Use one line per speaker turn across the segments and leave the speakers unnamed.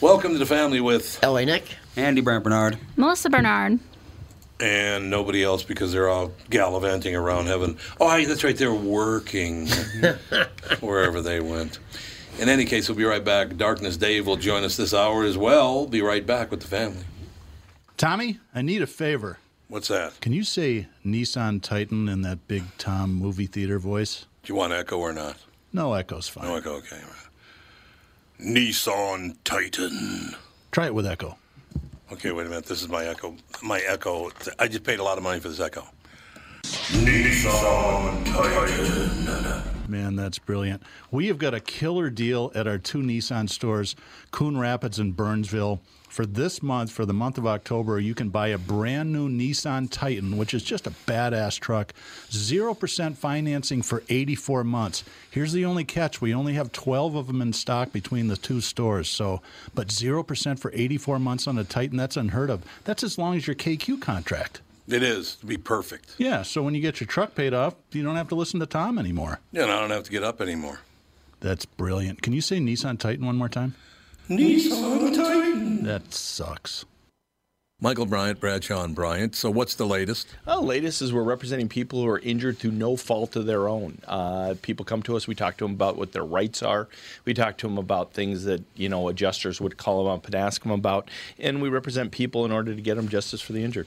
Welcome to the family with
LA Nick.
Andy Brant Bernard.
Melissa Bernard.
and nobody else because they're all gallivanting around heaven. Oh, I, that's right, they're working wherever they went. In any case, we'll be right back. Darkness Dave will join us this hour as well. Be right back with the family.
Tommy, I need a favor.
What's that?
Can you say Nissan Titan in that big Tom movie theater voice?
Do you want echo or not?
No echo's fine.
No e- echo, okay. all right. Nissan Titan.
Try it with echo.
Okay, wait a minute. This is my echo. My echo. I just paid a lot of money for this echo. Nissan Titan.
Man, that's brilliant. We have got a killer deal at our two Nissan stores, Coon Rapids and Burnsville. For this month, for the month of October, you can buy a brand new Nissan Titan, which is just a badass truck. 0% financing for 84 months. Here's the only catch we only have 12 of them in stock between the two stores. So, But 0% for 84 months on a Titan, that's unheard of. That's as long as your KQ contract.
It is to be perfect.
Yeah, so when you get your truck paid off, you don't have to listen to Tom anymore.
Yeah, and I don't have to get up anymore.
That's brilliant. Can you say Nissan Titan one more time?
Nissan Titan.
That sucks.
Michael Bryant, Bradshaw and Bryant. So what's the latest?
Well, latest is we're representing people who are injured through no fault of their own. Uh, people come to us. We talk to them about what their rights are. We talk to them about things that you know adjusters would call them up and ask them about, and we represent people in order to get them justice for the injured.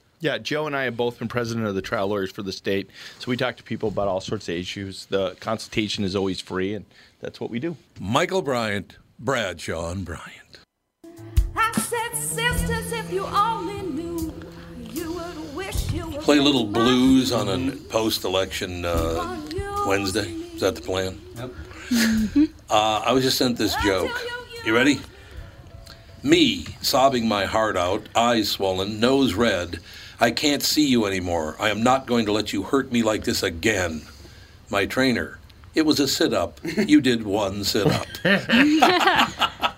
Yeah, Joe and I have both been president of the trial lawyers for the state, so we talk to people about all sorts of issues. The consultation is always free, and that's what we do.
Michael Bryant, Bradshaw and Bryant.
I said, sisters, if you only knew, you would wish you
Play a little blues on a post-election uh, Wednesday. Is that the plan? Yep. uh, I was just sent this joke. You ready? Me, sobbing my heart out, eyes swollen, nose red. I can't see you anymore. I am not going to let you hurt me like this again. My trainer. It was a sit-up. You did one sit-up.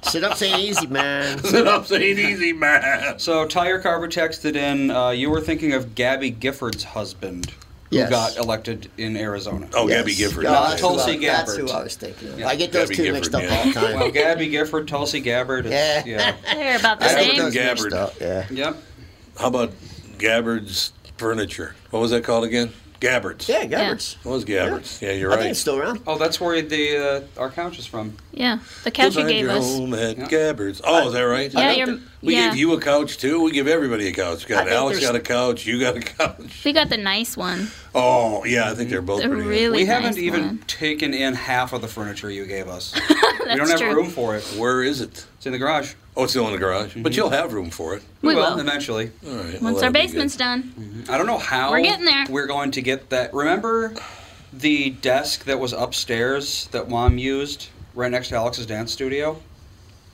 Sit up, say easy, man.
sit-ups ain't easy, man.
So Tyre Carver texted in, uh, you were thinking of Gabby Gifford's husband who
Yes.
got elected in Arizona.
Oh,
Yes,
Gabby Gifford.
God,
Not
that's
Tulsi
who I- That's
Gabbard.
who I was thinking of. I get those
Gabby
two
Gifford,
mixed up
yeah.
all the time.
Well, Oh, Gabby Gifford, Tulsi Gabbard. It's, yeah.
They're about the
I get
same.
those mixed
Gabbard.
up, yeah.
Yep.
How about Gabbard's furniture? What was that called again? Gabbard's.
Yeah, Gabbards.
What was Gabbard's? Yeah, you're
I think
right.
it's still around.
Oh, that's where the uh, our couch is from.
Yeah, the couch you
Find
gave
your
us.
home at Gabbard's. Oh, is that right?
Yeah, you're,
We
yeah.
gave you a couch too. We give everybody a couch.
I
Got
think
Alex
there's-
got a couch. You got a couch.
we got the nice one.
Oh yeah, I think they're both
The
pretty. good.
really
We
nice
haven't even
one.
taken in half of the furniture you gave us. we don't have
true.
room for it.
Where is it?
It's in the garage.
Oh, it's still in the garage.
Mm-hmm.
But you'll have room for it.
We will.
eventually.
All right. well,
Once our
that'll be
basement's
good.
done.
I don't know how
We're getting there.
We're going to get that. Remember the desk that was upstairs that mom used right next to Alex's dance studio?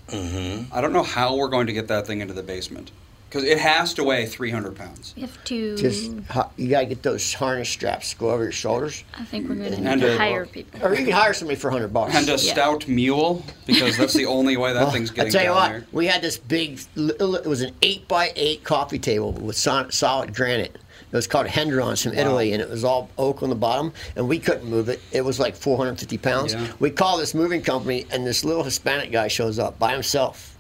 Mm-hmm. I don't know how we're going to get that thing into the basement because it has to weigh 300 pounds.
We have to.
Just ho- Mm-hmm. you gotta get those harness straps go over your shoulders,
I think we're going to need
And
to
a-
hire people.
or you can hire somebody for hundred bucks.
And a stout mule because that's the only way that thing's
I
getting
tell you
down
what,
there.
we had this big. l- It was an eight by eight coffee table with sol- solid granite. It was called Hendron's from Italy, and it was all oak on the bottom, and we couldn't move it. It was like 450 pounds.
Yeah.
We call this moving company, and this little Hispanic guy shows up by himself.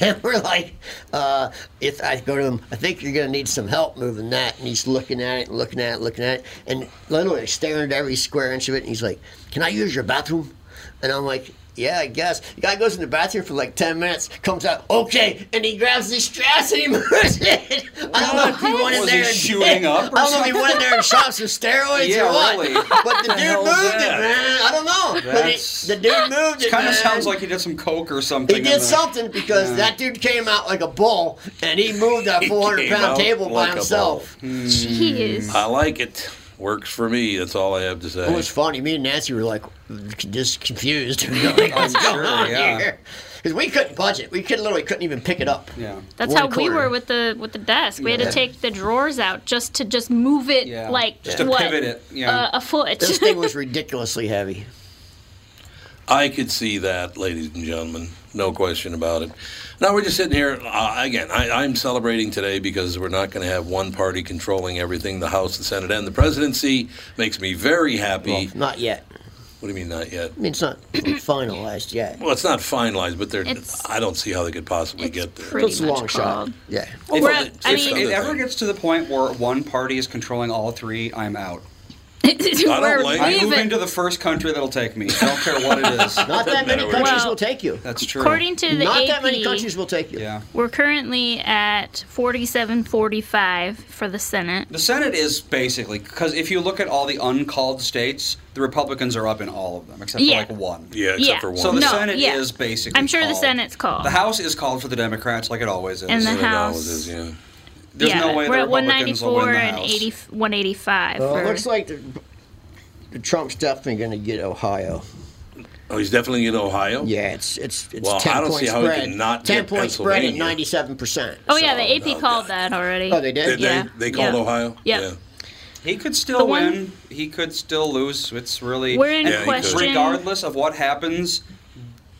And we're like, uh, if I go to him, I think you're going to need some help moving that. And he's looking at it and looking at it, looking at it, and literally staring at every square inch of it. And he's like, Can I use your bathroom? And I'm like, yeah, I guess. The guy goes in the bathroom for like 10 minutes, comes out, okay, and he grabs the straps and he moves it. I don't know if he went in
Was
there
he
and
shooting up or
I don't know if he went in there and shot some steroids
Yeah,
or what.
really.
But the
The
dude
hell's
moved
that?
it, man. I don't know. But it,
That's-
the dude moved it.
Kind of
man.
sounds like he did some coke or something.
He
in
did
the-
something because
Yeah.
that dude came out like a bull and he moved that
He
400
came out
pound table
like
by
a
himself.
Jeez.
I like it. Works for me. That's all I have to say.
It was funny. Me and Nancy were like just confused. We were like, What's
I'm sure,
going on
yeah.
here? because we couldn't budge it. We could literally couldn't even pick it up.
Yeah.
That's
One
how we
quarter.
were with the with the desk. We had
Yeah.
to take the drawers out just to just move it
Yeah.
like
Just to
what,
pivot it, yeah.
uh, a foot.
This thing was ridiculously heavy.
I could see that, ladies and gentlemen. No question about it. Now we're just sitting here uh, again. I, I'm celebrating today because we're not going to have one party controlling everything the House, the Senate, and the presidency. Makes me very happy.
Well, not yet.
what do you mean, not yet?
I mean, it's not finalized yet.
Well, it's not finalized, but they're,
It's-
I don't see how they could possibly
it's
get there.
pretty
It's a
much
long shot.
called.
Yeah.
If-
We're at-
if
I mean-
If
some
it
other
ever
thing.
gets to the point where one party is controlling all three, I'm out.
we're
like it.
I'm
leaving.
moving to the first country that'll take me. I don't care what it is.
Not that many
matter
countries
where-
will take you.
That's true.
According to the
Not
AP,
that many countries will take you.
yeah.
we're currently at 47.45 for the Senate.
The Senate is basically because if you look at all the uncalled states, the Republicans are up in all of them except
Yeah.
for like one.
Yeah, except
yeah.
for one.
So the
No,
Senate
yeah.
is basically.
I'm sure the
called.
Senate's called.
The House is called for the Democrats, like it always is.
And the
Right now it
House.
is, yeah.
There's
yeah,
no way
we're
the
at
Republicans will
194
win the
and
House.
80, 185.
Well,
for-
it looks like the, the Trump's definitely going to get Ohio.
Oh, he's definitely in Ohio.
Yeah, it's it's it's
Well, I
ten
don't
point
see how he
spread.
could not
ten
get
point spread at
Pennsylvania.
ninety seven percent.
oh yeah,
so,
the AP
no,
called that already.
Oh, they did?
Did
Yeah.
they? They called
yeah.
Ohio.
Yep.
Yeah.
He could still
The one-
win. He could still lose. It's really
We're in
and
Yeah, he could.
question.
regardless of what happens.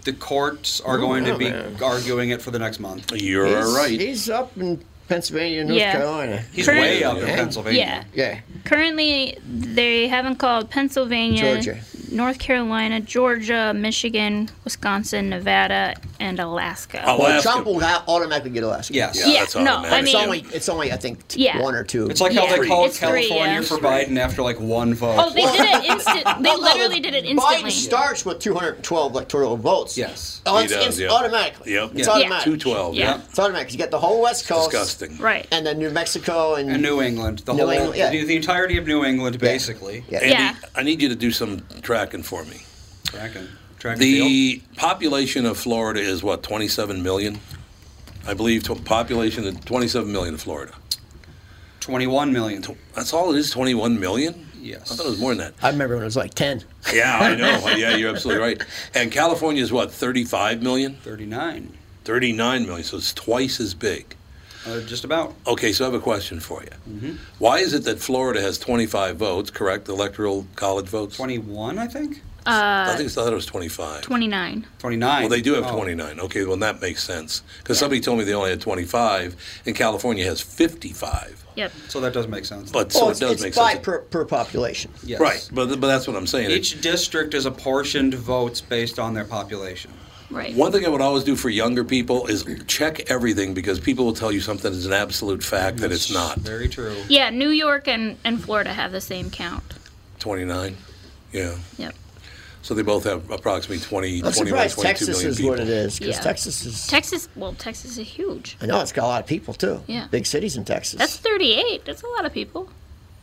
The courts are going
yeah,
to be
man.
arguing it for the next month.
You're
he's,
right.
He's up in Pennsylvania, North
Yeah.
Carolina.
He's
Current-
way up in
Yeah.
Pennsylvania.
Yeah.
Yeah,
Currently, they haven't called Pennsylvania,
Georgia.
North Carolina, Georgia, Michigan, Wisconsin, Nevada, and Alaska.
I'll
well,
ask
Trump
him.
will ha- automatically get Alaska.
Yes.
Yeah,
Yeah,
that's
no,
automatic.
I
it's
mean-
only it's only I think t-
Yeah.
one or two.
It's like how
Yeah.
they called
It's three,
California
yeah.
for Biden after like one vote.
Oh, they did it instant. They literally did it
Biden
instantly.
starts with two hundred twelve electoral votes.
Yes.
oh,
He
it's,
does,
it's
yeah.
automatically.
Yep.
it's
Yeah.
automatic.
Two twelve.
Yeah.
Yeah.
Yeah.
It's automatic. You get the whole West Coast.
Disgusting.
Right.
And then New Mexico and,
And New England, the
New
whole,
England, yeah.
the, the entirety of New England, basically.
Yeah.
Andy,
Yeah.
I need you to do some tracking for me.
Track and, track and field.
The population of Florida is what, 27 million? I believe to population of 27 million of Florida.
21 million.
That's all it is, 21 million?
Yes.
I thought it was more than
I remember when it was like ten.
that. Yeah, I know. yeah, you're absolutely right. And California is what, 35 million?
39.
39 million, so it's twice as big.
Uh, just about.
Okay, so I have a question for you.
Mm-hmm.
Why is it that Florida has 25 votes, correct? Electoral college votes?
21, I think?
I think I thought it was 25.
29.
29.
Well, they do have
Oh.
29. Okay, well, that makes sense. Because somebody told me they only had 25, and California has 55.
Yep.
So that does make sense.
But
well,
so it
it's,
does
it's
make
five
sense.
per, per population.
yes.
Right, but, but that's what I'm saying.
Each district is apportioned votes based on their population.
Right.
One thing I would always do for younger people is check everything because people will tell you something is an absolute fact that it's not.
Very true.
Yeah, New York and, and Florida have the same count.
29. Yeah.
Yep.
So they both have approximately 20,
I'm
21,
surprised
22
Texas
million
is
people.
what it is because
Yeah.
Texas is.
Texas, well, Texas is huge.
I know it's got a lot of people too.
Yeah.
Big cities in Texas.
That's 38. That's a lot of people.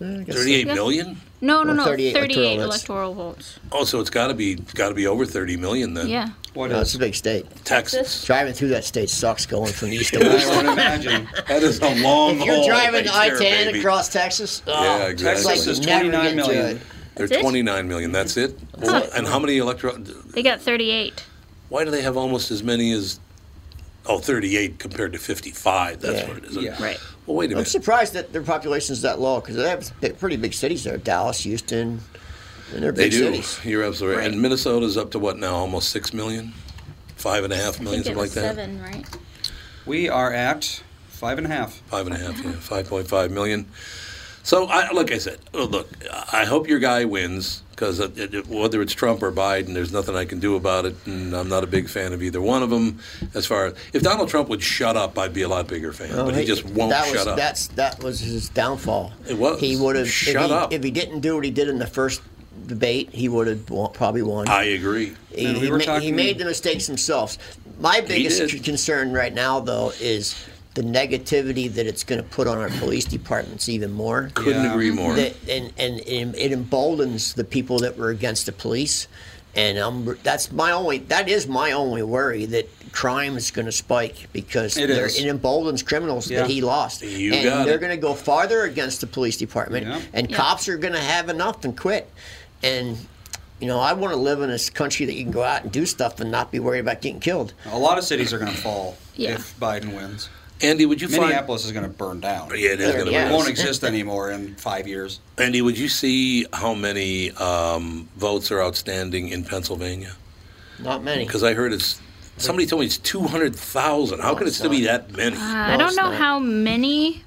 I guess
38
Yeah.
million?
No, no,
Well,
no.
38
38,
electoral votes.
electoral votes.
Oh, so it's got to be got to be over 30 million then.
Yeah.
What
No, it's a
is?
big state.
Texas.
Driving through that state sucks. Going from east to
I
west.
would imagine.
That is a long
If you're
haul
driving
right
I
there,
10
baby.
across Texas, oh,
Yeah,
it's
exactly.
like
Texas
is
never
29
get to
million.
it.
They're
That's it?
29 million. That's it.
Huh.
And how many electro?
They got 38.
Why do they have almost as many as? Oh, 38 compared to 55. That's
Yeah.
what it is.
Yeah.
Right.
Well, wait a
I'm
minute.
surprised that their population is that low because they have big, pretty big cities there Dallas, Houston, and they're
They
big
do.
cities.
You're absolutely right.
Right.
And Minnesota's up to what now? Almost six million, five and a half
I
million,
think it
something
was
like that.
seven, right?
We are at five and a half.
Five and a half, yeah, five point five million. So, I, like I said, oh, look, I hope your guy wins because whether it's Trump or Biden, there's nothing I can do about it, and I'm not a big fan of either one of them. As far as if Donald Trump would shut up, I'd be a lot bigger fan, but he just won't
that
shut
was,
up.
That's that was his downfall.
It was.
He would have
Shut
if he,
up.
if he didn't do what he did in the first debate. He would have won, probably won.
I agree.
he,
Man, we
he
were
ma- he
talking-
made the mistakes himself. My biggest
did.
concern right now, though, is the negativity that it's going to put on our police departments even more.
Couldn't
Yeah.
agree more.
that, and, and it it emboldens the people that were against the police. And i that's my only that is my only worry that crime is going to spike because
It
they're-
is.
it emboldens criminals
Yeah.
that he lost,
You
and
got
they're
it.
going to go farther against the police department,
Yeah.
and
Yeah.
cops are going to have enough and quit. And You know, I want to live in this country that you can go out and do stuff and not be worried about getting killed.
A lot of cities are going to fall
Yeah.
if Biden wins.
Andy, would you find?
Minneapolis is going to burn down.
Yeah, it is
There,
gonna
yeah.
be.
It won't exist anymore in five years.
Andy, would you see how many um, votes are outstanding in Pennsylvania?
Not many.
Because I heard it's somebody told me it's two hundred thousand. How could it still be that many?
I
No,
don't
it's
know
not.
how many,
I,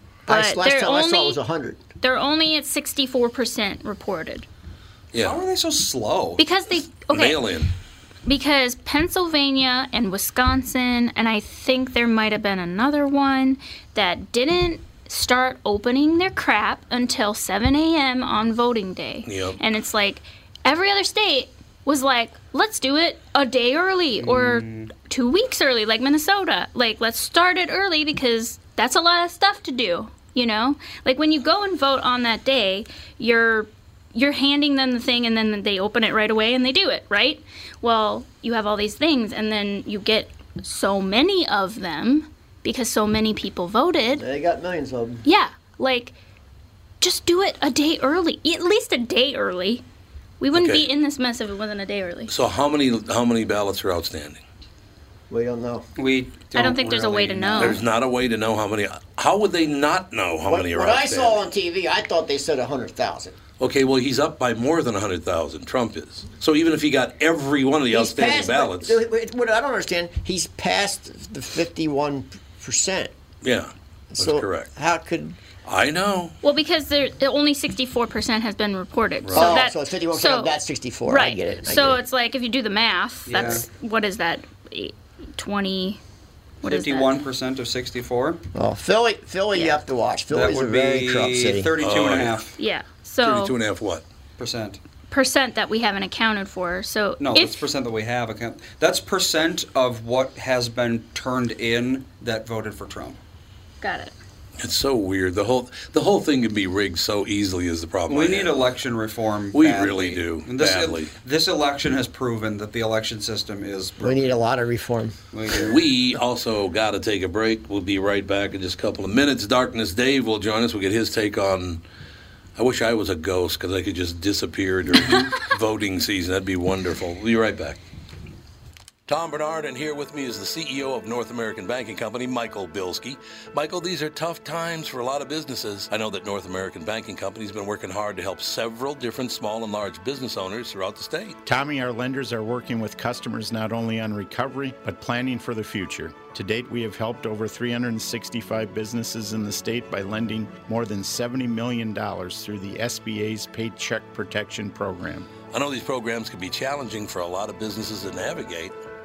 but
last
they're
time I saw it was
only
100.
they're only at 64% reported.
Yeah,
How are they so slow?
Because they okay,
mail in.
because Pennsylvania and Wisconsin, and I think there might have been another one that didn't start opening their crap until 7 a.m. on voting day.
Yep.
And it's like every other state was like, let's do it a day early or two weeks early, like Minnesota. Like, let's start it early because that's a lot of stuff to do. You know, like when you go and vote on that day, you're you're handing them the thing and then they open it right away and they do it, right? Well, you have all these things and then you get so many of them because so many people voted.
They got millions of them.
Yeah, like just do it a day early, at least a day early. We wouldn't
Okay.
be in this mess if it wasn't a day early.
So how many how many ballots are outstanding?
We don't know.
we
I don't think there's a way to
really
know.
There's not a way to know how many. How would they not know how
What,
many are
what I
outstanding?
saw on TV, I thought they said 100,000.
Okay, well he's up by more than hundred thousand. Trump is. So even if he got every one of the
He's
outstanding
past the-
ballots,
the- What I don't understand, he's past the 51%.
yeah, that's
so
correct.
how could
I know.
Well, because there only 64% has been reported. So
Oh,
that,
so it's 51%
so-
of that 64.
Right.
I get it. I
so
get it.
it's like if you do the math, that's what is that? Eight- 20 what is that?
Fifty-one percent of sixty-four.
Oh, Philly, Philly, you have to watch.
That
Philly's a
would
very
be
corrupt city.
thirty-two
Oh,
and a half
Yeah.
Thirty-two
So
and a half. What?
percent.
percent that we haven't accounted for. So
No, that's
if
percent that we have. Account. That's percent of what has been turned in that voted for Trump.
got it.
It's so weird. The whole the whole thing can be rigged so easily is the problem.
We
I
need
have.
election reform.
Oh, We
badly.
really do,
And This, e-,
badly.
this election has proven that the election system is.
We need a lot of reform.
We also got to take a break. We'll be right back in just a couple of minutes. Darkness Dave will join us. We'll get his take on. I wish I was a ghost because I could just disappear during voting season. That'd be wonderful. We'll be right back. Tom Bernard, and here with me is the CEO of North American Banking Company, Michael Bilski. Michael, these are tough times for a lot of businesses. I know that North American Banking Company has been working hard to help several different small and large business owners throughout the state.
Tommy, our lenders are working with customers not only on recovery, but planning for the future. To date, we have helped over 365 businesses in the state by lending more than $70 million through the SBA's Paycheck Protection Program.
I know these programs can be challenging for a lot of businesses to navigate.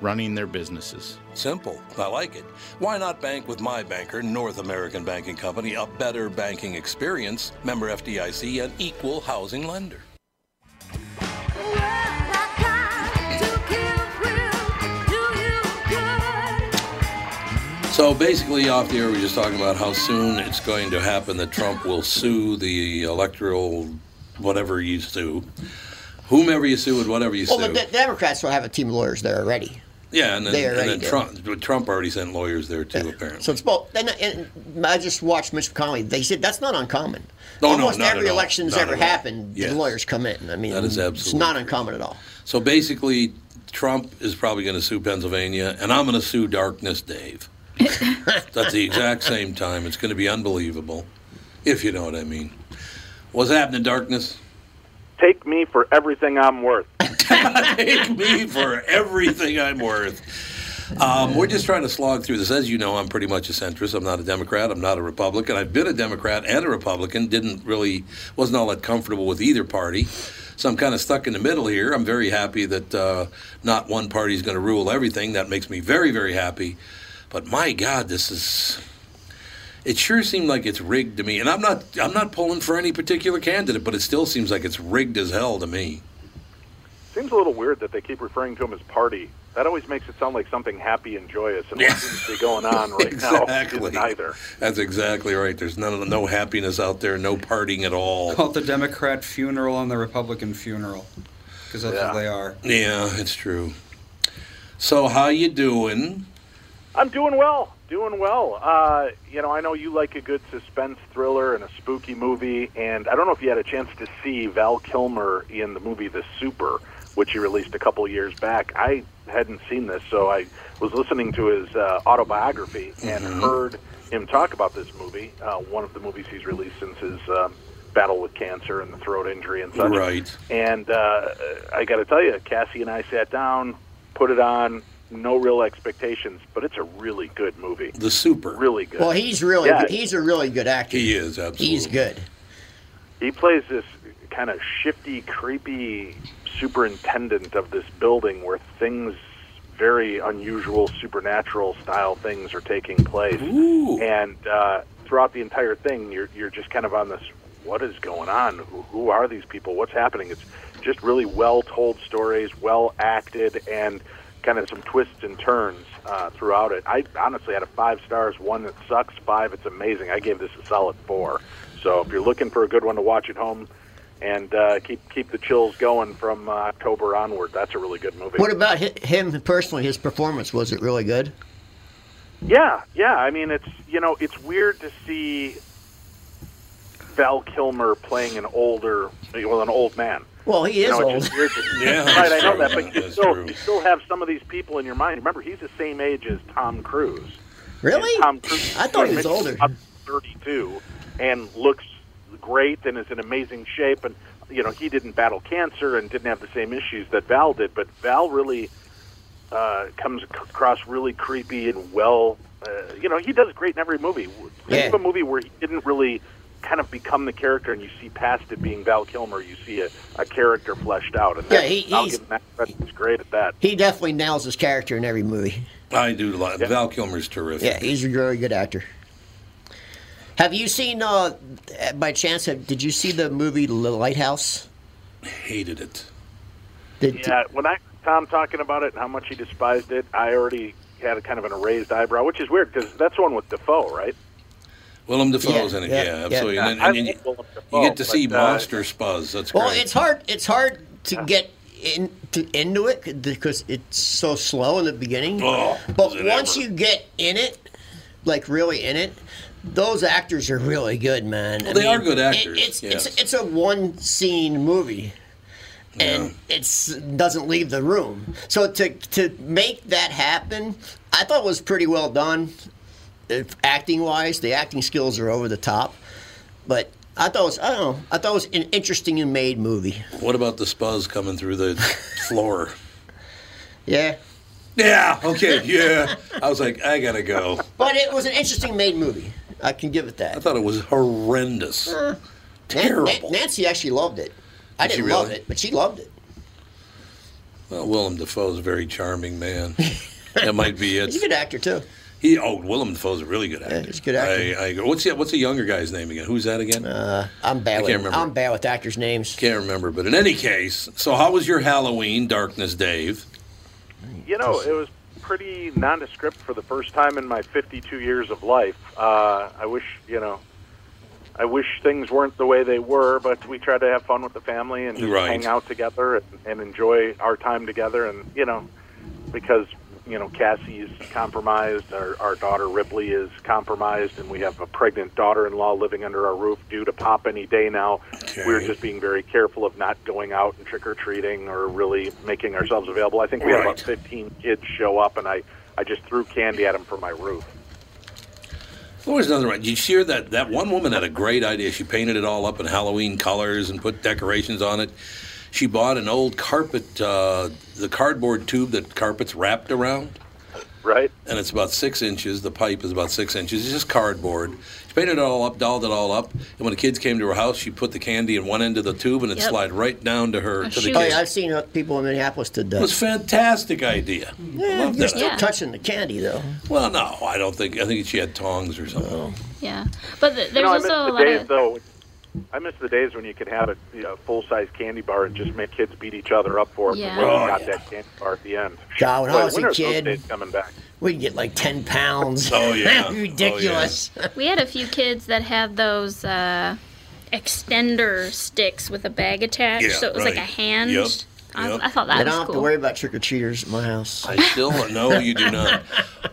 running their businesses.
Simple. I like it. Why not bank with my banker, North American Banking Company, a better banking experience, member FDIC, an equal housing lender? So basically, off the air, we were just talking about how soon it's going to happen that Trump will sue the electoral, whatever you sue, whomever you sue and whatever you sue.
Well, the, the Democrats will have a team of lawyers there already.
yeah, and then,
they
and
already
then
did.
Trump, Trump already sent lawyers there too, apparently.
So it's both. And, and I just watched Mitch McConnell. They said that's not uncommon.
No, no,
Almost
not
every
at all.
election that's
Not
ever
at all.
happened,
Yes.
the lawyers come in. I mean,
That is
it's
absolutely
not
true.
uncommon at all.
So basically, Trump is probably going to sue Pennsylvania, and I'm going to sue Darkness Dave. That's the exact same time. It's going to be unbelievable, if you know what I mean. What's happening, Darkness?
Take me for everything I'm worth.
Take me for everything I'm worth. Um, we're just trying to slog through this. As you know, I'm pretty much a centrist. I'm not a Democrat. I'm not a Republican. I've been a Democrat and a Republican. Didn't really, wasn't all that comfortable with either party. So I'm kind of stuck in the middle here. I'm very happy that uh, not one party is going to rule everything. That makes me very, very happy. But my God, this is. It sure seemed like it's rigged to me, and I'm not. I'm not pulling for any particular candidate, but it still seems like it's rigged as hell to me.
Seems a little weird that they keep referring to him as party. That always makes it sound like something happy and joyous, and what seems to be going on right now
Exactly.
is neither.
That's exactly right. There's none of no happiness out there, no partying at all.
Called the Democrat funeral and the Republican funeral because that's
Yeah.
what they are.
Yeah, it's true. So how you doing?
I'm doing well, doing well. Uh, you know, I know you like a good suspense thriller and a spooky movie, and I don't know if you had a chance to see Val Kilmer in the movie The Super, which he released a couple years back. I hadn't seen this, so I was listening to his uh, autobiography and heard him talk about this movie, uh, one of the movies he's released since his uh, battle with cancer and the throat injury and such.
Right.
And uh, I got to tell you, Cassie and I sat down, put it on, no real expectations, but it's a really good movie.
The super.
Really good.
Well, he's really
Yeah.
he's a really good actor.
He is absolutely.
He's good.
He plays this kind of shifty, creepy superintendent of this building where things, very unusual, supernatural style things are taking place.
Ooh.
And uh, throughout the entire thing, you're, you're just kind of on this what is going on? Who, who are these people? What's happening? It's just really well told stories, well acted, and kind of some twists and turns uh, throughout it. I honestly had a five stars, one that sucks, five, it's amazing. I gave this a solid four. So if you're looking for a good one to watch at home, and uh, keep keep the chills going from uh, October onward. That's a really good movie.
What about hi- him personally? His performance was it really good?
Yeah, yeah. I mean, it's you know, it's weird to see Val Kilmer playing an older, well, an old man.
Well, he is
You know, it's
old.
just weird to-
Yeah,
right. I
that's
know
true.
that, but you
That's true.
still, you still have some of these people in your mind. Remember, he's the same age as Tom Cruise. And
Really?
Tom Cruise.
I thought he was older.
Up Thirty-two, and looks great and is in amazing shape. And you know, he didn't battle cancer and didn't have the same issues that Val did. But Val really uh, comes ac- across really creepy and well. Uh, you know, he does great in every movie. Think
Yeah.
of a movie where he didn't really kind of become the character, and you see past it being Val Kilmer. You see a, a character fleshed out, and
Yeah,
that-
he-
I'll
he's-
give him that. credit. He's great at that.
He definitely nails his character in every movie.
I do like Val Kilmer's terrific.
Yeah, he's a really good actor. Have you seen, uh, by chance, have, did you see the movie The Lighthouse?
Hated it.
Did,
Yeah, when I Tom talking about it and how much he despised it, I already had a kind of an erased eyebrow, which is weird because that's the one with Defoe, right?
Willem Dafoe's
Yeah,
in it.
yeah,
Yeah,
yeah.
absolutely. And,
I
then- and
love
you,
Willem Dafoe,
you get to see
but, uh,
monster spas. That's great.
Well, it's hard. It's hard to get in to, into it because it's so slow in the beginning.
Oh,
but
is it
once
ever.
you get in it, like really in it, those actors are really good, man.
Well, they are good actors,
it's,
yes.
it's it's a one scene movie. And it's doesn't leave the room. So to to make that happen, I thought was pretty well done. If acting wise, the acting skills are over the top, but I thought it was I don't know. I thought it was an interesting and made movie.
What about the spas coming through the floor?
Yeah.
Yeah. Okay. Yeah. I was like, I gotta go.
But it was an interesting made movie. I can give it that.
I thought it was horrendous.
Nan- Nan-
terrible.
Nancy actually loved it. I
Did she
didn't love
really?
it, but she loved it.
Well, Willem Dafoe's a very charming man. That might be it.
He's a good actor too.
He oh, Willem Dafoe's a really good actor.
he's a good actor. Uh,
I, I, what's the, what's the younger guy's name again? Who's that again?
I'm bad.
can't
with,
remember.
I'm bad with actors' names.
Can't remember. But in any case, so how was your Halloween, Darkness, Dave?
You know, it was pretty nondescript for the first time in my 52 years of life. Uh, I wish, you know, I wish things weren't the way they were, but we tried to have fun with the family and just
Right.
hang out together and, and enjoy our time together. And, you know, because, you know, Cassie's compromised, our, our daughter Ripley is compromised, and we have a pregnant daughter in law living under our roof due to pop any day now. We were
Okay.
just being very careful of not going out and trick or treating or really making ourselves available. I think we had about
Right.
15 kids show up, and I, I just threw candy at them from my roof.
There was another one. Did you hear that? That one woman had a great idea. She painted it all up in Halloween colors and put decorations on it. She bought an old carpet, uh, the cardboard tube that carpets wrapped around,
Right?
and it's about six inches. The pipe is about six inches. It's just cardboard. She painted it all up, dolled it all up, and when the kids came to her house, she put the candy in one end of the tube, and it
Yep.
slid right down to her.
A
To the
chute.
kids.
Oh yeah, I've seen uh, people in Minneapolis did
It was a
that.
fantastic idea. I
Yeah,
loved
you're
that.
still
Yeah.
touching the candy though.
Well, no, I don't think. I think she had tongs or something.
Yeah, but th there's
you know, I miss
also a
the
lot
days,
of
though, I miss the days when you could have a you know, full size candy bar and just make kids beat each other up for it.
Yeah.
When
Oh,
you got that candy bar at the end.
God, when I
Boy,
was a
are those
kid-
days coming back?
We can get like 10 pounds.
Oh, yeah. Oh, yeah.
Ridiculous.
We had a few kids that had those uh, extender sticks with a bag attached,
Yeah,
so it was like a
right.
hand.
Yep,
I,
yep.
I thought
I
that
don't
was
have to
cool.
worry about trick or treaters at my house.
I still no, you do not.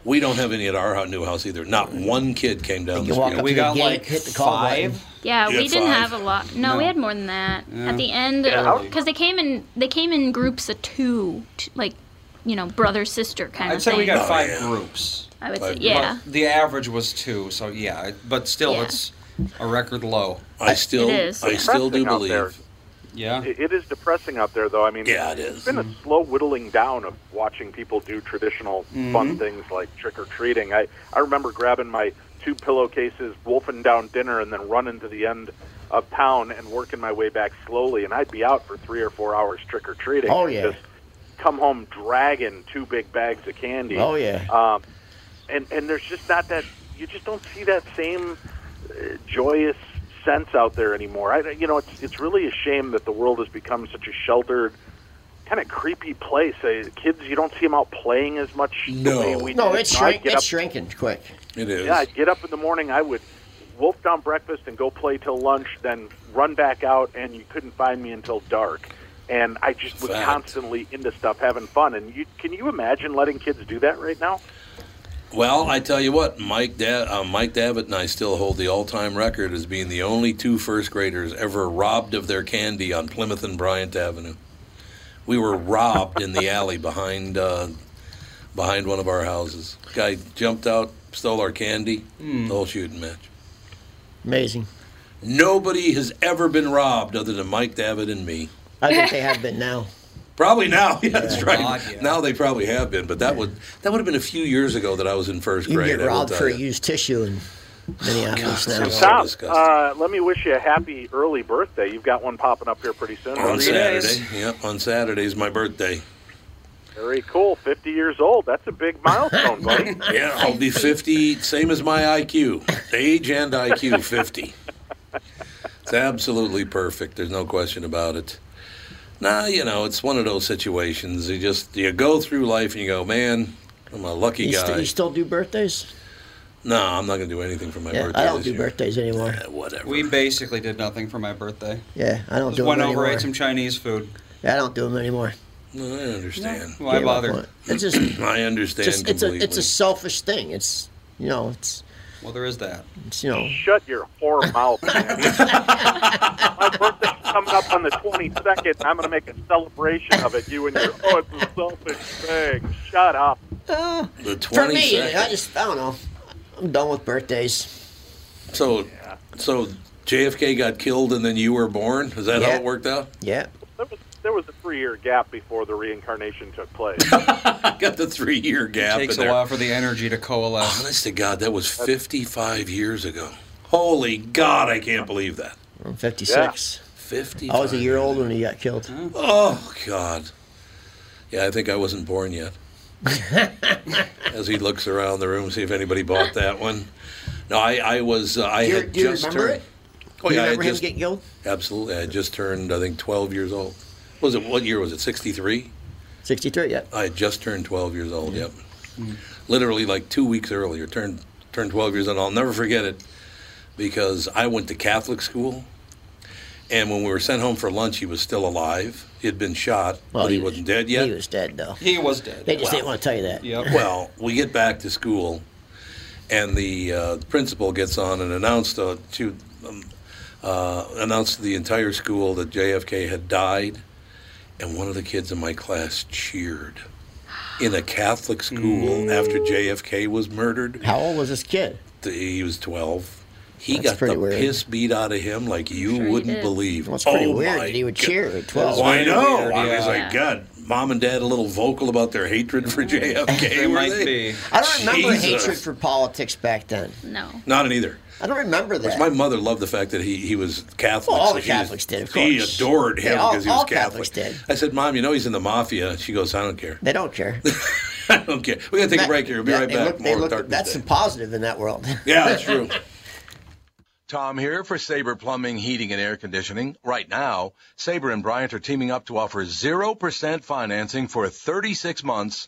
We don't have any at our hou- new house either. Not one kid came down.
You
the
walk
street.
up
We
to the
got
gate,
like
hit the call button.
five.
Yeah,
You
we
had
didn't
five?
have a lot. No, we
No.
had more than that.
Yeah.
At the end,
how-
because they came in, they came in groups of two, t- like you know, brother sister kind
I'd
of
say
thing.
we got
Oh,
five
yeah.
groups.
I would
five
say, yeah,
But the average was two, so yeah. But still,
Yeah.
it's a record low.
I still,
It is,
I
yeah.
still do
Depressing out there.
believe.
Yeah.
It it is depressing out there, though. I mean,
Yeah, it is.
It's been a slow whittling down of watching people do traditional fun things like trick or treating. I I remember grabbing my two pillowcases, wolfing down dinner, and then running to the end of town and working my way back slowly. And I'd be out for three or four hours trick or treating.
Oh,
and
yeah.
Just come home dragging two big bags of candy.
Oh, yeah.
Um, and and there's just not that you just don't see that same uh, joyous sense out there anymore. I you know it's it's really a shame that the world has become such a sheltered, kind of creepy place. Uh, kids, you don't see them out playing as much.
No.
the way we
No,
did.
it's,
You know, I'd
shrink,
get
it's
up-
shrinking quick.
It is.
yeah, I'd get up in the morning. I would wolf down breakfast and go play till lunch, then run back out, and you couldn't find me until dark. And I just was
Fact.
constantly into stuff, having fun. And you, can you imagine letting kids do that right now?
Well, I tell you what, Mike, da- uh, Mike Davitt and I still hold the all-time record as being the only two first graders ever robbed of their candy on Plymouth and Bryant Avenue. We were robbed in the alley behind uh, behind one of our houses. Guy jumped out, stole our candy,
Hmm.
the whole shooting match.
Amazing.
Nobody has ever been robbed other than Mike Davitt and me.
I think they have been now.
Probably now, yeah, that's right.
God, yeah.
Now they probably have been, but that would that would have been a few years ago that I was in first
You
grade.
can
I
get
will
robbed
tell
for
you.
used tissue in Minneapolis
God,
now.
so-
Tom,
disgusting.
uh, let me wish you a happy early birthday. You've got one popping up here pretty soon.
on
Uh, Three
Saturday.
days.
Yep, on Saturday's my birthday.
Very cool. 50 years old. That's a big milestone, buddy.
Yeah, I'll be 50, same as my IQ, age and IQ 50. It's absolutely perfect. There's no question about it. Nah, you know, it's one of those situations. You just you go through life and you go, man, I'm a lucky
You, st-
guy.
you still do birthdays?
no, I'm not gonna do anything for my
Yeah,
birthday.
I don't
this
do
year.
birthdays anymore.
Eh, Whatever.
We basically did nothing for my birthday.
Yeah, I don't
Just
do them
went over,
anymore.
ate some Chinese food.
Yeah, I don't do them anymore.
No, I understand.
Why
Gave up on
bother?
it. It's just,
I understand
just it's a
completely.
it's a selfish thing. It's you know it's
Well, there is that.
it's you know
Shut your whore mouth, man. My birthday's coming up on the 22nd. and I'm going to make a celebration of it. You and your, oh, it's a selfish thing. Shut up.
the
for
22nd.
me. I just I don't know. I'm done with birthdays.
so, so JFK got killed and then you were born. Is that how
Yeah.
it worked out?
Yeah.
There was, there was a three year gap before the reincarnation took place.
I got the three-year gap.
Takes a
in there.
while for the energy to coalesce.
Honest to God, that was 55 years ago. Holy God, I can't believe that.
I'm 56.
55.
I was a year old when he got killed.
Oh, God. Yeah, I think I wasn't born yet. As he looks around the room, see if anybody bought that one. No, I, I was, uh, I
Do you-
had
do you
just
remember
turned.
it?
Oh,
you
yeah, I had
remember him
just,
getting killed?
absolutely. I had just turned, I think, 12 years old. Was it, what year was it, 63?
63. Yeah.
I had just turned 12 years old. Yep. Literally like two weeks earlier, turned turned 12 years old. I'll never forget it because I went to Catholic school, and when we were sent home for lunch, he was still alive. He had been shot, but he, wasn't dead yet.
He was dead though.
He was dead.
They just didn't want to tell you that.
Yep.
Well, we get back to school, and the uh, principal gets on and announced uh, to um, uh, announced to the entire school that JFK had died, and one of the kids in my class cheered. In a Catholic school, after JFK was murdered,
How old was this kid?
he was twelve. He
That's
got
pretty
the
weird.
piss beat out of him like you
sure he
wouldn't
did.
believe.
Well, it's pretty
oh
weird
my
that he would
God.
cheer at 12.
Well, I
Really
know.
weird,
I was
yeah.
like, God, mom and dad a little vocal about their hatred for JFK.
Mm-hmm. They
were
might
they?
be.
I don't remember
Jesus.
hatred for politics back then.
no.
Not in either.
I don't remember that.
My mother loved the fact that he, he was Catholic.
Well, all the
she was-
Catholics did, of
He
course.
adored him
Yeah, all-
because he was
all
Catholic.
Catholics did.
I said, Mom, you know he's in the mafia. She goes, I don't care.
they don't care.
I don't care. We're going to take a break here. We'll be
Yeah,
right
they
back.
look- they
More
look-
Darkness
that's
Day.
a positive in that world.
Yeah, that's true. Tom here for Sabre Plumbing, Heating, and Air Conditioning. Right now, Sabre and Bryant are teaming up to offer 0% financing for 36 months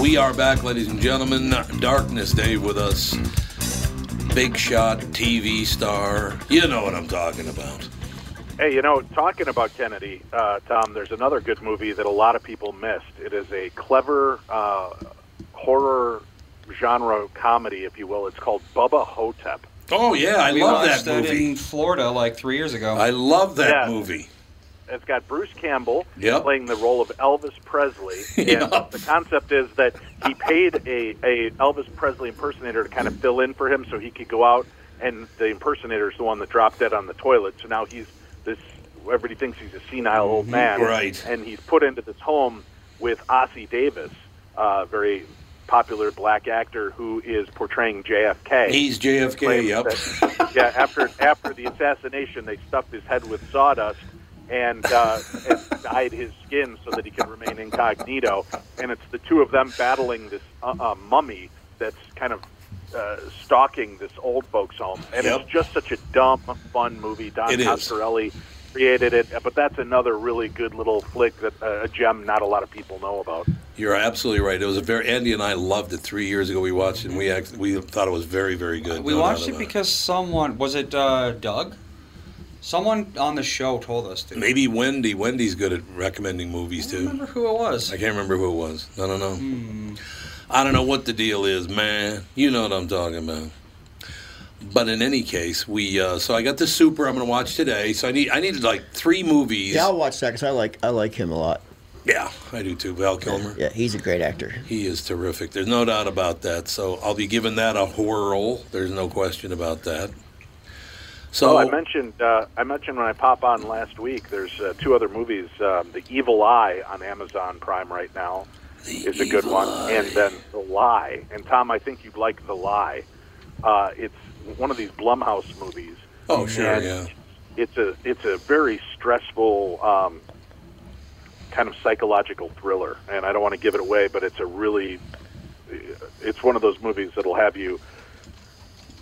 We are back, ladies and gentlemen. Darkness Dave with us. Big shot TV star. You know what I'm talking about.
Hey, you know, talking about Kennedy, uh, Tom, there's another good movie that a lot of people missed. It is a clever uh, horror genre comedy, if you will. It's called Bubba Hotep.
Oh, yeah, I
we
love
watched
that movie.
in Florida like three years ago.
I love that
Yeah.
movie.
It's got Bruce Campbell
Yep.
playing the role of Elvis Presley. And
Yeah.
the concept is that he paid a, a Elvis Presley impersonator to kind of fill in for him so he could go out, and the impersonator is the one that dropped dead on the toilet. So now he's this, everybody thinks he's a senile old man.
Mm-hmm. Right.
And he's put into this home with Ossie Davis, a very popular black actor who is portraying JFK
He's JFK,
claims
yep.
that- yeah, after after the assassination, they stuffed his head with sawdust and, uh, and dyed his skin so that he could remain incognito. And it's the two of them battling this uh, uh, mummy that's kind of. Uh, stalking this old folks home, and
Yep.
it's just such a dumb, fun movie. Don
It is.
Coscarelli created it, but that's another really good little flick that uh, a gem not a lot of people know about.
You're absolutely right. It was a very Andy and I loved it three years ago. We watched it and we act, we thought it was very very good.
we
no doubt
watched it
about
because someone was it uh, Doug? Someone on the show told us to.
maybe Wendy. Wendy's good at recommending movies
I don't
too.
remember Hmm. who it was.
I can't remember who it was. I don't know. I don't know what the deal is, man. You know what I'm talking about. But in any case, we uh, so I got the super I'm going to watch today. So I need I needed like three movies.
Yeah, I'll watch that because I like I like him a lot.
Yeah, I do too. Val Kilmer.
Yeah, he's a great actor.
He is terrific. There's no doubt about that. So I'll be giving that a whirl. There's no question about that. So
Oh, I mentioned uh, I mentioned when I pop on last week. There's uh, two other movies. Um, the Evil Eye on Amazon Prime right now is a good
Evil
one,
Eye.
and then The Lie. And Tom, I think you'd like The Lie. Uh, it's one of these Blumhouse movies.
Oh, sure,
and
yeah.
It's a it's a very stressful um, kind of psychological thriller, and I don't want to give it away, but it's a really it's one of those movies that'll have you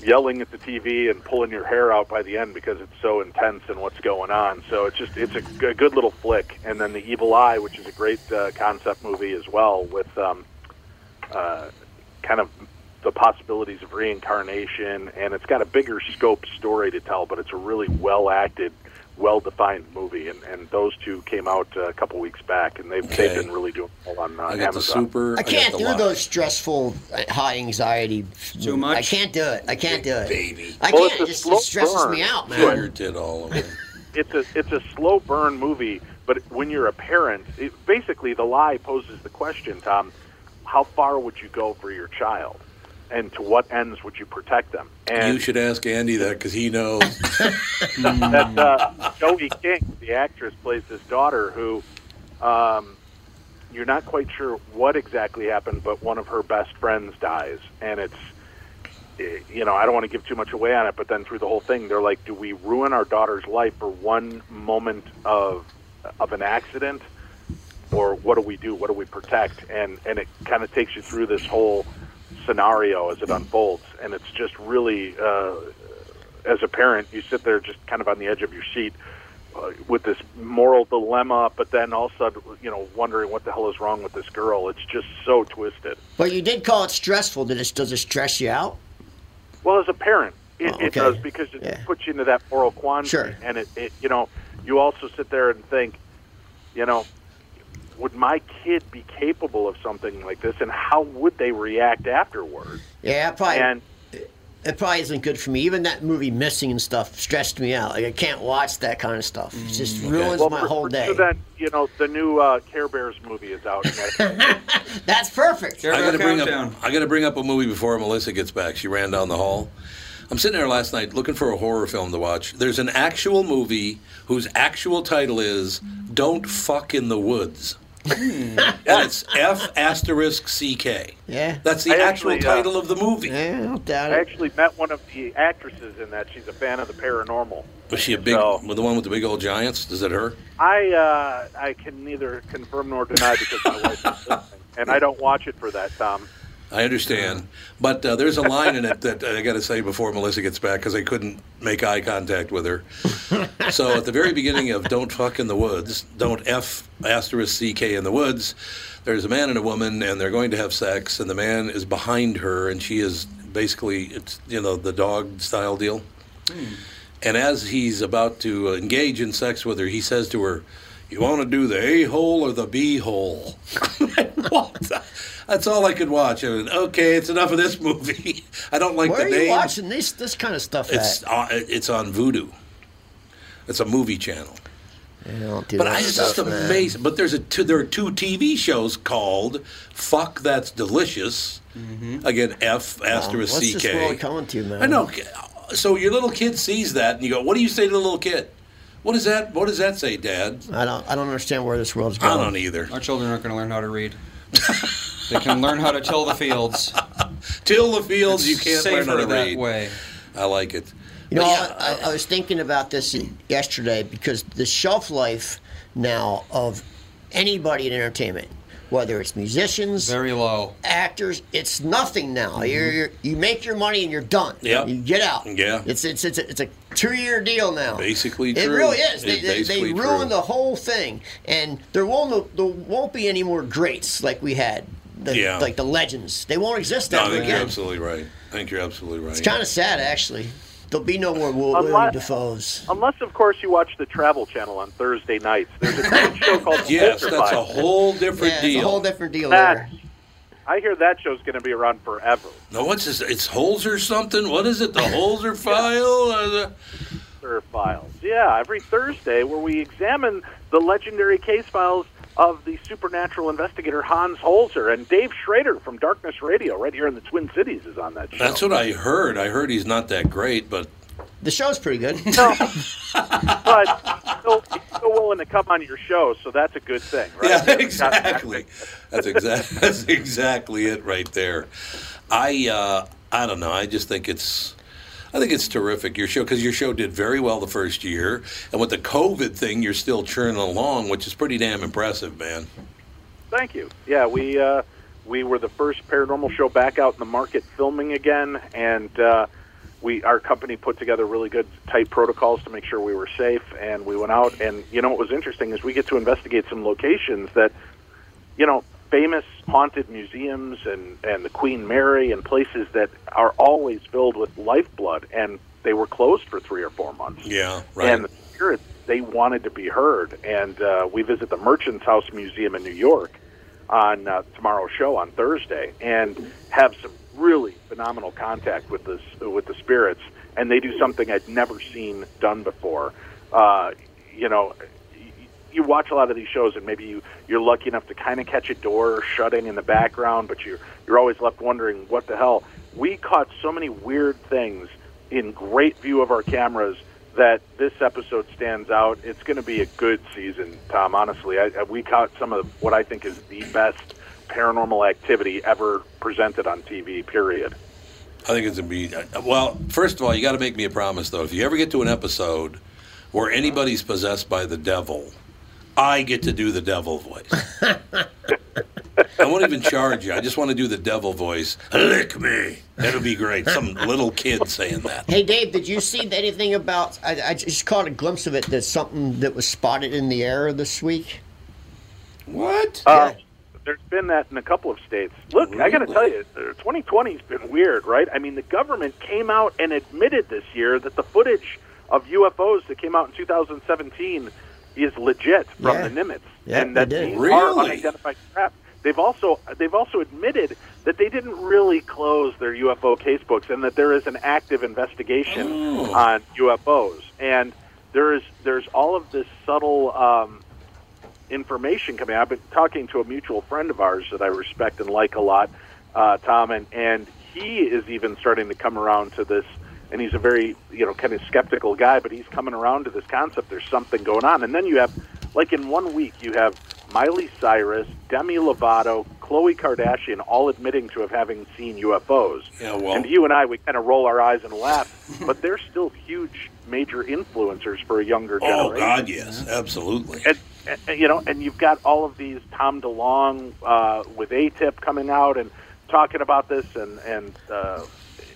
yelling at the TV and pulling your hair out by the end because it's so intense and what's going on. So it's just it's a g- good little flick. And then the Evil Eye, which is a great uh, concept movie as well, with um, uh, kind of the possibilities of reincarnation, and it's got a bigger scope story to tell, but it's a really well acted. Well defined movie, and, and those two came out uh, a couple weeks back, and they've,
Okay.
they've been really doing well on uh,
I got the
Amazon.
super.
I can't
got the
do
lot.
those stressful, uh, high anxiety.
Too much?
I can't do it. I can't do it.
Baby.
I
Well,
can't.
it's a
It just
slow
it stresses
burn.
me out, man.
Tiger did all of them.
it's a it's a slow burn movie, but when you're a parent, it, basically the lie poses the question, Tom, how far would you go for your child, and to what ends would you protect them? And
you should ask Andy that because he knows.
that uh, Joey King, the actress, plays this daughter who, um, you're not quite sure what exactly happened, but one of her best friends dies, and it's, eh, you know, I don't want to give too much away on it, but then through the whole thing, they're like, do we ruin our daughter's life for one moment of of an accident, or what do we do? What do we protect? And and it kind of takes you through this whole scenario as it unfolds, and it's just really. Uh, as a parent, you sit there just kind of on the edge of your seat uh, with this moral dilemma, but then all of a sudden, you know, wondering what the hell is wrong with this girl. It's just so twisted.
But you did call it stressful. Did it, does it stress you out?
Well, as a parent, It,
Oh,
it
okay.
does because it
Yeah.
puts you into that moral quandary,
Sure.
and it, it you know you also sit there and think, you know, would my kid be capable of something like this, and how would they react afterward?
Yeah, it probably.
And
it probably isn't good for me. Even that movie missing and stuff stressed me out. Like I can't watch that kind of stuff. It just ruins
Mm. well,
my
for-
whole
for
day.
sure That you know the new uh, Care Bears movie is out. and that's-
That's perfect.
I gotta bring
Countdown.
up. I gotta bring up a movie before Melissa gets back. She ran down the hall. I'm sitting there last night looking for a horror film to watch. There's an actual movie whose actual title is "Don't Fuck in the Woods." That's F asterisk C K.
Hmm. Yeah.
That's the
I
actual
actually, uh,
title of the movie.
Yeah, I don't doubt
I
it.
actually met one of the actresses in that. She's a fan of the paranormal.
Was she a big?
So-
with the one with the big old giants? Is it her?
I uh, I can neither confirm nor deny because my wife is listening, and I don't watch it for that, Tom.
I understand, but uh, there's a line in it that I got to say before Melissa gets back because I couldn't make eye contact with her. so at the very beginning of "Don't Fuck in the Woods," "Don't F asterisk CK in the Woods," there's a man and a woman, and they're going to have sex, and the man is behind her, and she is basically it's you know the dog style deal.
Hmm.
And as he's about to engage in sex with her, he says to her, "You want to do the a hole or the b hole?" what? the- That's all I could watch. I went, okay, it's enough of this movie. I don't like
Where
the
are
name.
you watching this this kind of stuff
It's
at?
on, it's on Voodoo. It's a movie channel.
I don't do
But
that
I, it's
stuff,
just
man.
amazing. But there's a two, there are two TV shows called "Fuck That's Delicious." Again, F asterisk
Mm-hmm. Oh, What's
CK.
this world coming to, man?
I know. So your little kid sees that, and you go, "What do you say to the little kid? What does that? What does that say, Dad?
I don't. I don't understand where this world's going.
I don't either.
Our children aren't going to learn how to read. they can learn how to till the fields.
Till the fields,
It's
you can't
safer
learn how to
that
read.
way.
I like it.
You know,
But yeah,
I, I was thinking about this yesterday because the shelf life now of anybody in entertainment, whether it's musicians,
Very low.
actors, it's nothing now. You're, you're, you make your money and you're done.
Yep.
You get out.
Yeah.
It's it's it's a, it's a two year deal now.
Basically
it
true.
really is.
It's
They, they, they
basically true.
ruined the whole thing, and there won't there won't be any more greats like we had. The,
Yeah.
Like the legends, they won't exist
no, I
ever
think you're
again.
absolutely right. I think you're absolutely right.
It's kind of sad, actually. There'll be no more Will,
A
William
lot-
Defoe's.
Unless, of course, you watch the Travel Channel on Thursday nights. There's a great show called
yes,
Poltergeist.
that's a whole different
yeah,
deal.
It's a whole different deal
That-
there.
I hear that show's going to be around forever.
no, what's this? It's Holzer something. What is it? The Holzer file? Or the-
Sir Files. Yeah, every Thursday where we examine the legendary case files of the supernatural investigator Hans Holzer and Dave Schrader from Darkness Radio right here in the Twin Cities is on that show.
That's what I heard. I heard he's not that great, but
The show's pretty good.
but he's still, he's still willing to come on your show, so that's a good thing, right?
Yeah, exactly. That's exactly that's exactly it right there. I uh, I don't know. I just think it's I think it's terrific your show because your show did very well the first year, and with the COVID thing, you're still churning along, which is pretty damn impressive, man.
Thank you. Yeah, we uh, we were the first paranormal show back out in the market filming again, and uh, we our company put together really good tight protocols to make sure we were safe. And we went out, and you know what was interesting is we get to investigate some locations that you know famous haunted museums and and the Queen Mary and places that are always filled with lifeblood, and they were closed for three or four months.
Yeah, right.
And the spirits, they wanted to be heard. And uh, we visit the Merchant's House Museum in New York on uh, tomorrow's show on Thursday and have some really phenomenal contact with the, with the spirits. And they do something I'd never seen done before. Uh, you know, y- you watch a lot of these shows and maybe you, you're lucky enough to kind of catch a door shutting in the background, but you're, you're always left wondering what the hell. We caught so many weird things in great view of our cameras that this episode stands out. It's going to be a good season, Tom. Honestly, I, I, we caught some of what I think is the best paranormal activity ever presented on TV. Period.
I think it's gonna be uh, well. First of all, you got to make me a promise though. If you ever get to an episode where anybody's possessed by the devil, I get to do the devil voice. I won't even charge you. I just want to do the devil voice. Lick me. That'll be great. Some little kid saying that.
hey, Dave, did you see anything about? I, I just caught a glimpse of it. That something that was spotted in the air this week.
What?
Uh, There's been that in a couple of states. Look, I got to tell you, 2020's been weird, right? I mean, the government came out and admitted this year that the footage of UFOs that came out in 2017 is legit from
Yeah.
the Nimitz,
Yeah,
and that
they did.
these are
Really?
unidentified crap. They've also they've also admitted that they didn't really close their UFO casebooks, and that there is an active investigation
Oh.
on UFOs. And there is there's all of this subtle. Um, information coming out. I've been talking to a mutual friend of ours that I respect and like a lot, uh, Tom, and, and he is even starting to come around to this. And he's a very, you know, kind of skeptical guy, but he's coming around to this concept. There's something going on. And then you have, like in one week, you have Miley Cyrus, Demi Lovato, Khloe Kardashian all admitting to have having seen UFOs.
Yeah, well-
and you and I, we kind of roll our eyes and laugh, but they're still huge major influencers for a younger
Oh,
generation
God, yes. Absolutely.
and, and you know, and you've got all of these Tom DeLong uh, with A Tip coming out and talking about this, and and uh,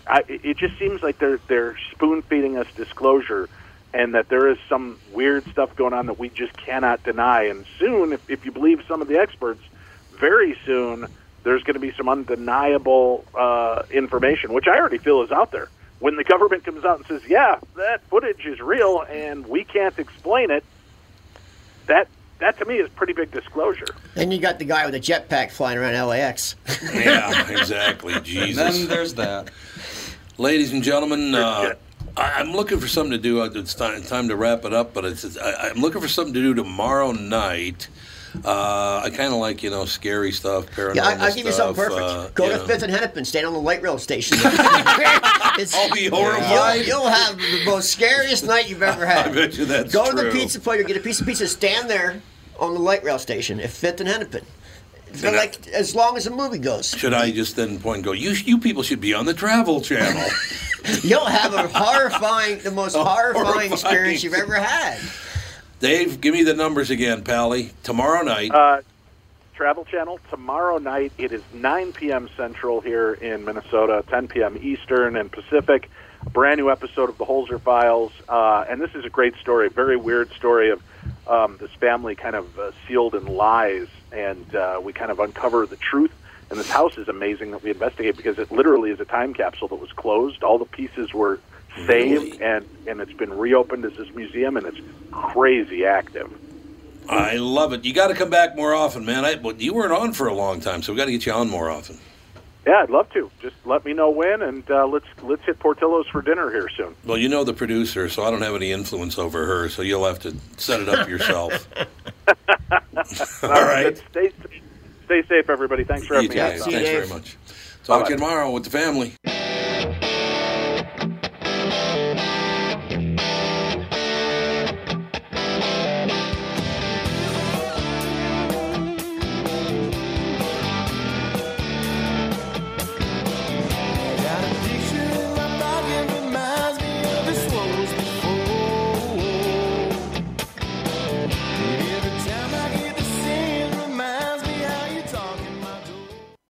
I, it just seems like they're they're spoon feeding us disclosure, and that there is some weird stuff going on that we just cannot deny. And soon, if, if you believe some of the experts, very soon there's going to be some undeniable uh, information, which I already feel is out there. When the government comes out and says, "Yeah, that footage is real, and we can't explain it," that that to me is pretty big disclosure.
And you got the guy with a jetpack flying around LAX.
yeah, exactly.
And
Jesus.
then there's that.
Ladies and gentlemen, uh, I, I'm looking for something to do. I- It's time, time to wrap it up, but it's, it's, I, I'm looking for something to do tomorrow night. Uh, I kind of like you know scary stuff, paranormal
Yeah, I, I'll give you something
stuff,
perfect.
uh,
Go
you
to
know.
Fifth and Hennepin, stand on the light rail station. It's-
I'll be
You'll,
horrified.
you'll have the most scariest night you've ever had.
I bet you that's
Go to the
true.
pizza player, get a piece of pizza, stand there on the light rail station at Fifth and Hennepin. For
And I-
like as long as the movie goes,
Should I just then point and go? You you people should be on the Travel Channel.
you'll have a horrifying, the most horrifying,
horrifying.
experience you've ever had.
Dave, give me the numbers again, Pally. Tomorrow night.
Uh, Travel Channel tomorrow night. It is 9 p.m. Central here in Minnesota, 10 p.m. Eastern and Pacific. A brand new episode of the Holzer Files, uh, and this is a great story. Very weird story of um, this family kind of uh, sealed in lies, and uh, we kind of uncover the truth. And this house is amazing that we investigate because it literally is a time capsule that was closed. All the pieces were saved, and and it's been reopened as this museum, and it's crazy active.
I love it. You got to come back more often, man. I, but you weren't on for a long time, so we got to get you on more often.
Yeah, I'd love to. Just let me know when, and uh, let's let's hit Portillo's for dinner here soon.
Well, you know the producer, so I don't have any influence over her, so you'll have to set it up yourself. All right.
Stay stay safe, everybody. Thanks for
You too.
having me. on,
Thanks
Tom.
you, Dave.
very much. Talk to
Bye-bye.
you tomorrow with the family.